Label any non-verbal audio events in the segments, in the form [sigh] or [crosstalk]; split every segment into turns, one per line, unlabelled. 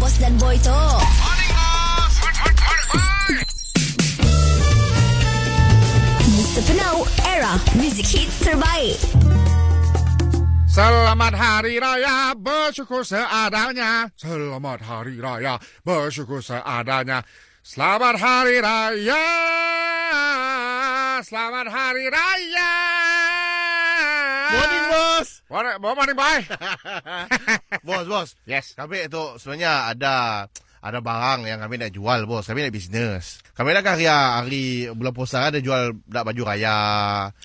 Boss dan Boy tu. Mr. Penau, era music hit terbaik.
Selamat Hari Raya, bersyukur seadanya. Selamat Hari Raya, bersyukur seadanya. Selamat Hari Raya, selamat Hari Raya.
Morning bos.
Morning, bon- morning bye.
[laughs] Bos, bos.
Yes.
Kami tu sebenarnya ada ada barang yang kami nak jual bos. Kami nak bisnes. Kami nak karya hari bulan puasa ada jual nak baju raya.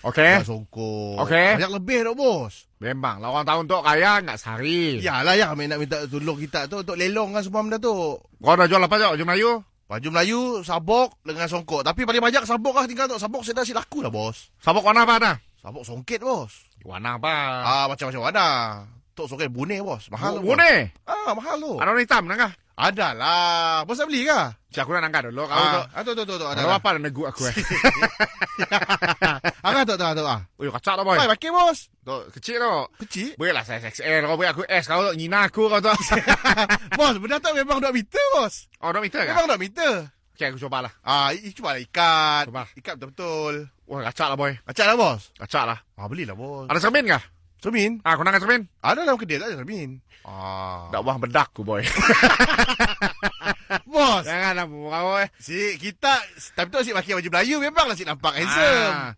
Okey.
Jual songkok.
Okey.
Banyak lebih tu bos.
Memang lah orang tahun tu kaya nggak sehari.
Yalah ya kami nak minta tolong kita tu untuk lelong kan semua benda tu.
Kau dah jual apa jauh? Jual Melayu?
Baju Melayu, sabok dengan songkok. Tapi paling banyak sabok lah tinggal tu. Sabok saya dah si laku lah bos.
Sabuk warna apa dah?
Sabok songket bos.
Warna apa?
Ah macam-macam ada. Tok songket bune bos. Mahal. tu,
Bu-
bos.
Bune.
Ah mahal tu.
Ada warna hitam nangkah?
Adalah. Bos nak beli kah?
Cik aku nak angkat dulu. Kau
Ah,
tu.
ah, tu tu tu tu ada.
Kalau apa dah negu aku
[laughs]
eh.
Angkat tu tu tu ah.
Ui, kacak tu boy.
Pai pakai bos.
Tu kecil tu.
Kecil.
Boleh lah saya XL. Kau boleh aku S. Kau tu nyina aku kau tu.
Bos, benda tu memang 2 meter bos.
[laughs] Oh, dah meter
[laughs]
kah?
Memang 2 meter.
Okay, aku cuba lah.
Ah, i- cuba lah ikat.
Cuba.
Ikat betul-betul.
Wah, kacak lah boy.
Acak lah bos.
Kacak lah.
Ah, belilah bos.
Ada cermin kah?
Cermin.
Ah, kau nak angkat cermin?
Ada dalam kedai tak ada cermin. Ah.
Tak buah bedak aku
[laughs]
boy.
Bos.
Janganlah murah boy.
Si kita tapi tu si pakai baju Melayu memanglah si nampak handsome.
Ah.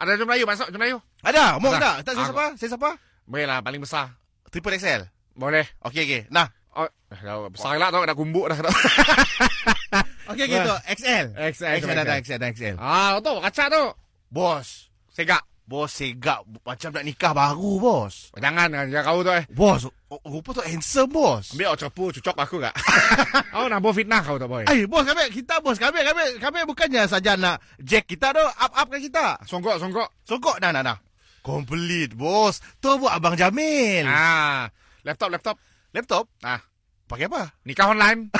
Ada jumlah Melayu masuk jumlah Melayu.
Ada, mau
Ada.
tak? Tak saya
Aku-
siapa? Saya siapa?
Boleh lah paling besar.
Triple XL.
Boleh.
Okey okey. Nah,
Oh, eh, dah besar lah tau nak kumbuk dah. tau.
okey okey tu XL.
XL.
XL ada XL ada XL.
Ah, tu kacak tu.
Bos.
Segak.
Bos segak macam nak nikah baru bos.
Jangan kan jangan kau tu eh.
Bos, o- rupa tu handsome bos.
Ambil orang cepu cucok aku gak. Kau nak buat fitnah kau tu boy.
Eh bos kami kita bos kami kami kami bukannya saja nak jack kita tu up up kan kita.
Songgok songgok.
Sokok dah nah nah. Complete bos. Tu buat abang Jamil.
Ah, laptop laptop.
Laptop
Ah,
pakai apa?
nikah online.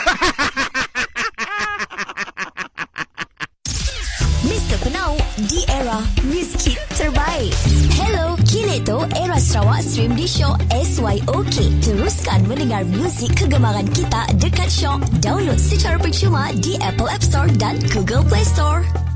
Mr. Penau, di era music hit terbaik. Hello, kini tu era Sarawak stream di Shock SYOK. Teruskan mendengar muzik kegemaran kita dekat Shock. Download secara percuma di Apple App Store dan Google Play Store.